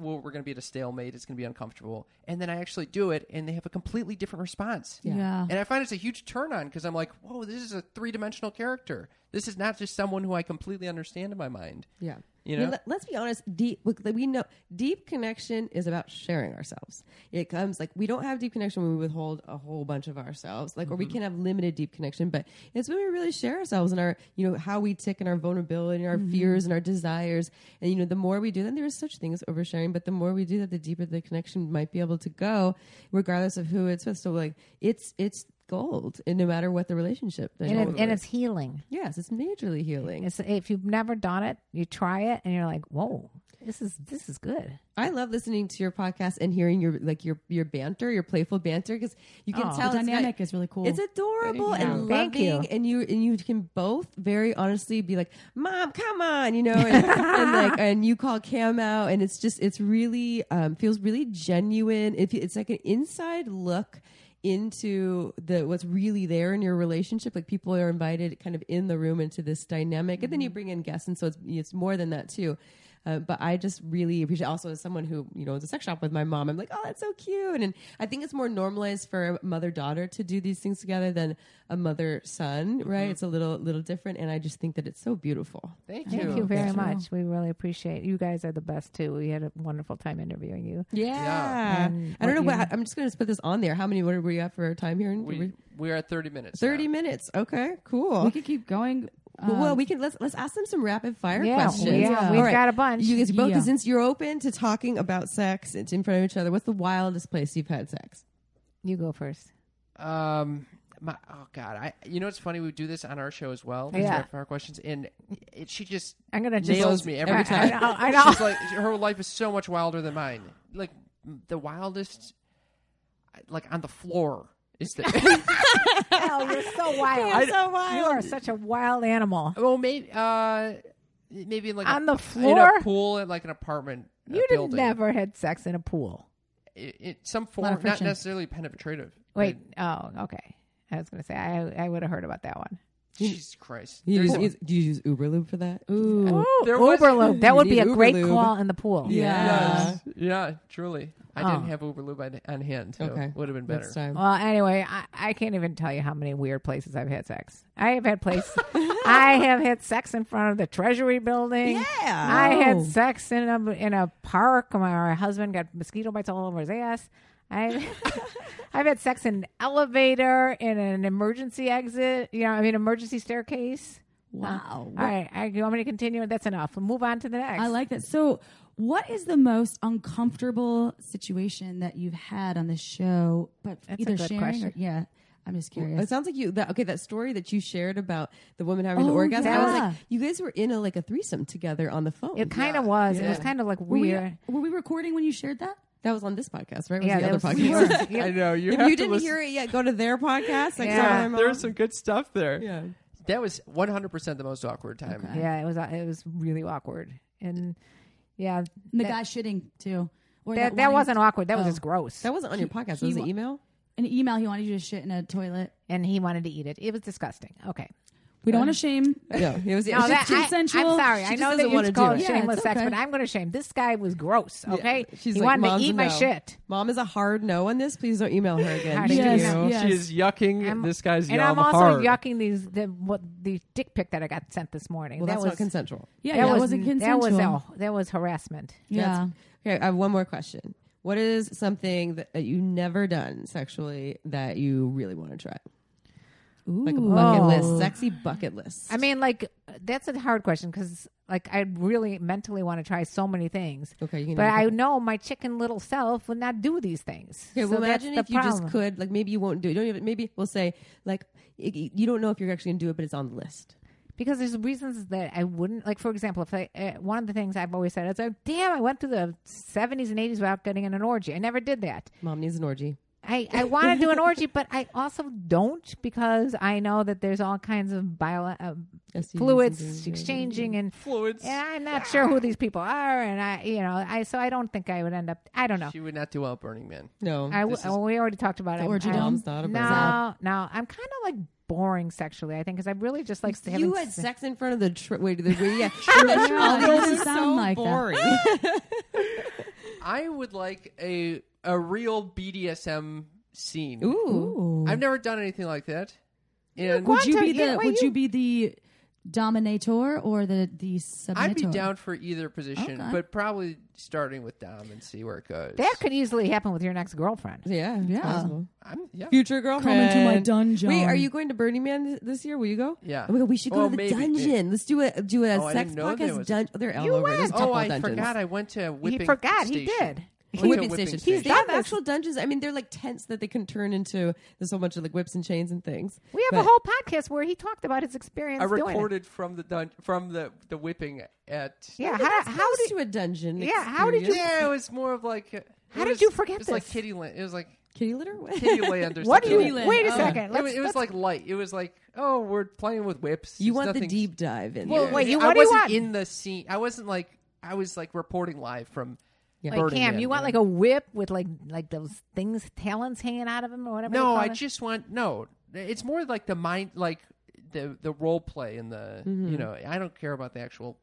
well, we're going to be at a stalemate. It's going to be uncomfortable, and then I actually do it, and they have a completely different response. Yeah. And I find it's a huge turn on because I'm like, whoa, this is a three dimensional character. This is not just someone who I completely understand in my mind. Yeah. You I mean, know? let, us be honest. Deep, look, like, we know deep connection is about sharing ourselves. It comes like we don't have deep connection when we withhold a whole bunch of ourselves, like, or Mm-hmm. we can have limited deep connection. But it's when we really share ourselves and our, you know, how we tick and our vulnerability and our Mm-hmm. fears and our desires. And you know, the more we do that, there is such thing as oversharing. But the more we do that, the deeper the connection might be able to go, regardless of who it's with. So like, it's it's gold, and no matter what the relationship. And, it, and it's healing. yes, it's majorly healing. It's, if you've never done it, you try it, and you're like, "Whoa, this is this is good." I love listening to your podcast and hearing your like your your banter, your playful banter, because you can tell the it's got- dynamic is really cool. It's adorable and Thank loving, you. and you and you can both very honestly be like, "Mom, come on," you know, *laughs* and, and like and you call Cam out, and it's just it's really um, feels really genuine. It, fe- it's like an inside look into the what's really there in your relationship like people are invited kind of in the room into this dynamic and then Mm-hmm. you bring in guests and so it's it's more than that too uh, but I just really appreciate also as someone who you know owns a sex shop with my mom. I'm like, oh, that's so cute, and I think it's more normalized for a mother daughter to do these things together than a mother son, right? Mm-hmm. It's a little little different, and I just think that it's so beautiful. Thank you. Thank you very much. We really appreciate you guys are the best too. We had a wonderful time interviewing you. Yeah, And I don't know. what What, you- I'm just going to put this on there. How many? What were you at for time here? We we are at thirty minutes. now. Thirty minutes. Okay, cool. we could keep going. Well, um, well, we can let's let's ask them some rapid fire Yeah, questions. yeah, we've got a bunch. You guys both, Yeah. 'cause since you're open to talking about sex, it's in front of each other. What's the wildest place you've had sex? You go first. Um, my oh god, I you know it's funny we do this on our show as well. these Yeah. rapid fire questions, and it, she just I'm gonna just nails me every I- time. I know. *laughs* I know. *laughs* She's like her life is so much wilder than mine. Like the wildest, like on the floor is the. *laughs* Oh, you're *laughs* so wild. so You are such a wild animal. well, maybe uh, maybe in like On the in floor? a pool at like an apartment. uh, You did building. never had sex in a pool. It, it, some lot form, of not friction. necessarily penetrative. Wait. Oh, okay. I was gonna say I I would have heard about that one. Jesus Christ! You There's- use- use- do you use Uber Lube for that? Oh, There was- *laughs* Uber lube. That would You be a need Uber great lube. call in the pool. Yes. Yeah, truly. I Uh, Oh. didn't have Uber Lube on- on hand. So Okay. Would have been better. Next time. Well, anyway, I, I can't even tell you how many weird places I've had sex. I have had place. I have had sex in front of the Treasury Building. Yeah, I Oh. had sex in a in a park. My husband got mosquito bites all over his ass. I, *laughs* I've had sex in an elevator, in an emergency exit. You know, I mean, emergency staircase. wow. All right, I, you want me to continue? That's enough. We'll move on to the next. I like that. So, what is the most uncomfortable situation that you've had on the show? But That's a either good sharing question. or yeah, I'm just curious. It sounds like you. That, okay, that story that you shared about the woman having the Oh, orgasm. I was like, yeah. you guys were in a like a threesome together on the phone. It kind of was. It was kind of like were, we, weird. were we recording when you shared that? that was on this podcast, right? It was Yeah, the that other was- podcast. we were. Yeah. I know. *laughs* You if have you to didn't listen. hear it yet, go to their podcast. Next Yeah. time I'm There's on. some good stuff there. Yeah. That was 100% the most awkward time. Yeah, it was it was really awkward, and yeah, And the that, guy shitting too. Or that, that wanting- wasn't awkward. That was Oh. just gross. That wasn't on your podcast. That he was an wa- email. An email he wanted you to shit in a toilet. and he wanted to eat it. It was disgusting. Okay, We don't want to shame. Yeah, it was. it *laughs* no, was that, just- I, I'm consensual. sorry. She I just know doesn't that wanna you do call it. it Yeah, shameless it's sex, okay. but I'm going to shame this guy. Was gross. Okay, She's he like, wanted "Mom's to a eat my no." shit. Mom is a hard no on this. Please don't email her again. Hard Thank no. you. Yes. She is yucking. this guy's and yum I'm also hard. yucking these the what the dick pic that I got sent this morning. Well, that that's was not consensual. Yeah, that yeah, was it wasn't that consensual. was oh, that was harassment. yeah. Okay, I have one more question. What is something that, that you never done sexually that you really want to try? Like a bucket Oh. list, sexy bucket list. I mean, like that's a hard question because like I really mentally want to try so many things. Okay, you can but never- I know my chicken little self would not do these things. Okay, so well, that's imagine the if you problem. just could, like, maybe you won't do it. You Don't even, maybe we'll say, like, y- y- you don't know if you're actually going to do it, but it's on the list. because there's reasons that I wouldn't like. For example, if I, uh, one of the things I've always said is, like, "Damn, I went through the '70s and '80s without getting in an orgy. I never did that. Mom needs an orgy. I *laughs* I want to do an orgy, but I also don't because I know that there's all kinds of bio, uh, STDs and things, fluids yeah. exchanging and Fluids. And I'm not sure who these people are, and I, you know, I so I don't think I would end up. I don't know. She would not do well at Burning Man. No. I w- This is- oh, we already talked about it. orgy I'm- dome? It's not a No, no, I'm kind of like boring sexually. I think because I really just like having You had se- sex in front of the tr- wait, *laughs* the yeah. And the Yeah, trolley it was doesn't sound so like that. boring. I would like a a real BDSM scene. Ooh, I've never done anything like that. And Would you Quantum be the gateway, would you- you be the dominator or the the submitter? I'd be down for either position, Okay. but probably starting with Dom and see where it goes. That could easily happen with your next girlfriend. yeah, it's Yeah. possible. I'm, yeah. future girlfriend. Come into my dungeon. Wait, are you going to Burning Man th- this year? Will you go? Yeah. Oh my God, we should go Well, to the maybe. dungeon. Let's do a do a Oh, I sex didn't know there podcast was- dungeon. They're all over. There's a Oh, couple I dungeons. forgot. I went to a whipping he forgot. He station. did. What's a Whipping whipping station. station? They They have have a- actual dungeons. I mean, they're like tents that they can turn into. There's so much of like whips and chains and things. We have a But- whole podcast where he talked about his experience. I doing it. recorded from the dun- from the the whipping at. Yeah, But how, that's how close did to a dungeon? Yeah, how did you- experience. Yeah, it was more of like. uh, it How did was- you forget It was like this? kitty land. It was *laughs* like kitty litter? What? kitty *laughs* land or what do something. you? like- Wait a Oh. second. It Let's, was, it was let's- like light. It was like oh, we're playing with whips. you There's want the nothing- deep dive in? Well, there. wait, you- I what do you wasn't want? in the scene. I wasn't like I was like reporting live from. like, Burning Cam, Man, you want like a whip with like like those things, talons hanging out of him or whatever. they No, call I it? just want no. It's more like the mind, like the the role play and the you know. I don't care about the actual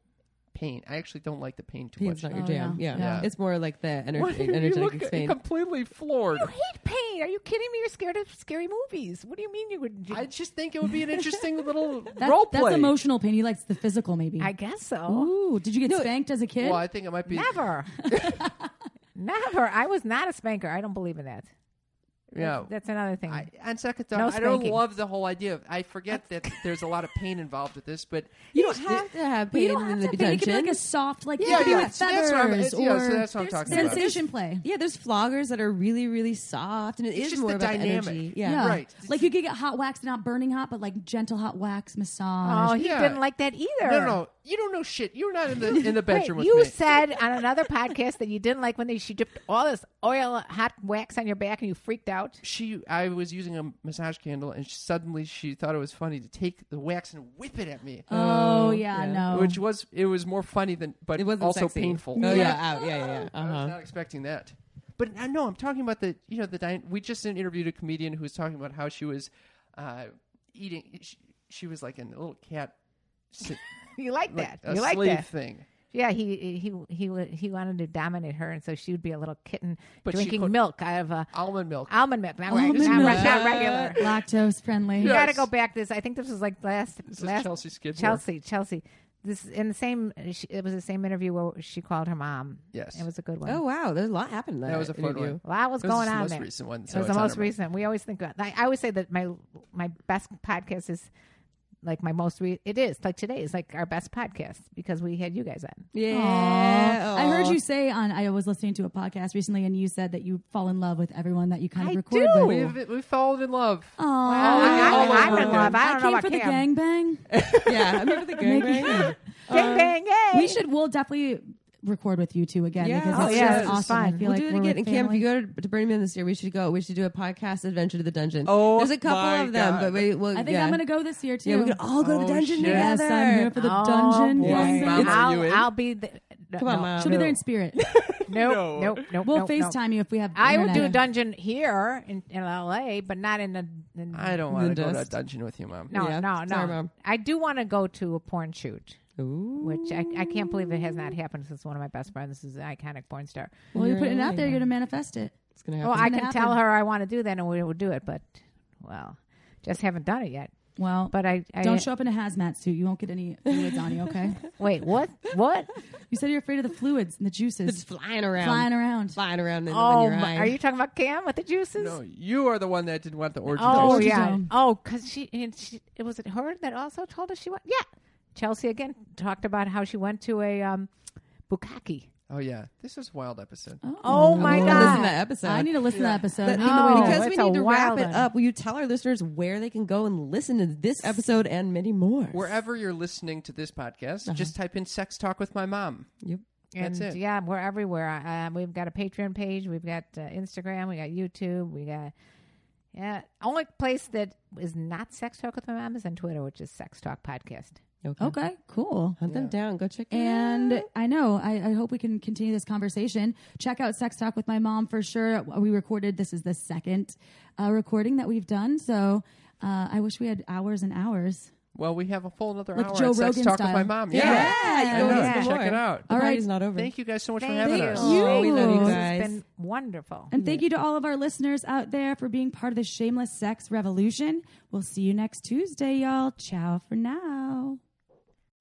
pain. I actually don't like the pain too Pain's much. not your jam. no. Yeah. Yeah. it's more like the What? *laughs* energy, you energetic look expand. completely floored. You hate pain. Are you kidding me? You're scared of scary movies. What do you mean you would? I just think it would be an interesting little That's, role play. that's emotional pain. He likes the physical, maybe. I guess so. Ooh, did you get spanked as a kid? Well, I think it might be. *laughs* Never. Never. I was not a spanker. I don't believe in that. Yeah. That's another thing. I, on second thought, No I don't spanking. love the whole idea. Of, I forget that there's a lot of pain involved with this, but you don't have to have But pain you don't have in to the think it could be dungeon. like a soft, like Yeah, it could be yeah. with So that's what I'm- feathers it's- yeah, so or that's what I'm there's talking about. sensation play. yeah, there's floggers that are really, really soft, and it It's is just more the about dynamic. The energy. Yeah, Right. Like you could get hot wax, not burning hot, but like gentle hot wax massage. oh, he Yeah. didn't like that either. no, no, no, you don't know shit. You were not in the in the bedroom with Wait, you me. said on another podcast that you didn't like when they she dipped all this oil, hot wax on your back, and you freaked out. *laughs* she I was using a massage candle and she, suddenly she thought it was funny to take the wax and whip it at me. Oh, yeah, no. Which was it was more funny than but it wasn't also sexy. painful. Oh yeah, out. yeah, yeah. yeah. I was Uh-huh. not expecting that. But I know I'm talking about the you know the dy- we just interviewed a comedian who was talking about how she was uh, eating she, she was like in a little cat *laughs* si- You like like that? a you like slave that? thing. Yeah, he he he wa- he wanted to dominate her, and so she would be a little kitten But she drinking put- milk out of a Almond milk. almond milk, not, Almond reg- not, milk. reg- *laughs* not regular. Lactose friendly. You got to Yes. go back. This I think this was like last This is last Chelsea Skidmore. Chelsea Chelsea. This in the same. She, it was the same interview where she called her mom. Yes. it was a good one. Oh wow, there's a lot happened. in That was a fun interview. one. A lot was This is going the on most there. recent one, It so was the it's on most our mind. recent. We always think about. I, I always say that my my best podcast is like my most. Re- it is like today is like our best podcast because we had you guys on. Yeah, I heard aw. you say on. I was listening to a podcast recently, and you said that you fall in love with everyone that you kind of I record do. with. We've, we've fallen in love. Aw. I, all I, am over in love. again. I I don't came know about for the Cam. gang bang. Yeah, I remember the gang bang. Gang bang, yay! Uh, we should. We'll definitely record with you two again Yeah. because Oh, that's yeah, just this is awesome. I feel fun. we'll like do it we're again. with And Cam, if family. you go to, to Burning Man this year, we should go. We should do a podcast adventure to the dungeon. Oh, there's a couple my of them, God. but we. Well, I think yeah. I'm gonna go this year too. Yeah, we could all go to Oh, the dungeon shit. yes, together. I'm here for the Oh, dungeon. boy. gang Yes. bang. Mama, I'll, you in? I'll be the, no, Come on, Mom. She'll be there in *laughs* spirit. No, no, no. we'll FaceTime you if we have. I would do a internet. dungeon here in, in LA, but not in the. In, I don't want to go to a dust. dungeon with you, mom. No, Yeah. no, no. Sorry, Mom. I do want to go to a porn shoot, which I, I can't believe it has not happened since one of my best friends is an iconic porn star. Well, you're putting it out there. You're gonna manifest it. It's gonna Well, happen. I gonna can tell happen. her I want to do that, and we will do it. But well, just haven't done it yet. Well, But I, I don't show up in a hazmat suit. You won't get any fluids on you. Okay. *laughs* Wait, what? What? You said you're afraid of the fluids and the it's juices flying around, flying around. flying around. In, oh, in your my, eye. are you talking about Cam with the juices? No, you are the one that didn't want the orgy. Oh Orgy yeah. zone. Oh, because she and she it was it her that also told us she went. Yeah, Chelsea again talked about how she went to a um, bukkake. Oh yeah, this is a wild episode. Oh I my wanna Listen to god! that episode. I need to listen to that episode. But- Lead the way Oh, home. because we it's a need to wrap wild it one. up, will you tell our listeners where they can go and listen to this episode and many more? Wherever you're listening to this podcast, just type in "sex talk with my mom." Yep. And That's it. yeah, we're everywhere. Uh, we've got a Patreon page. We've got uh, Instagram. We got YouTube. We got yeah. Only place that is not Sex Talk with my mom is on Twitter, which is Sex Talk Podcast. Okay. Okay, cool. Hunt them down. Go check it And I know, I, I hope we can continue this conversation. Check out Sex Talk with my mom for sure. We recorded, this is the second uh, recording that we've done. So uh, I wish we had hours and hours. Well, we have a full another Like hour Joe on sex Rogan talk with my style. mom. Yeah. I you know. go listen to Check more. it out. The All right. party's not over. Thank you guys so much Thank for having you. us. You. We love you This guys. It's been wonderful. And thank you to all of our listeners out there for being part of the shameless sex revolution. We'll see you next Tuesday, y'all. Ciao for now.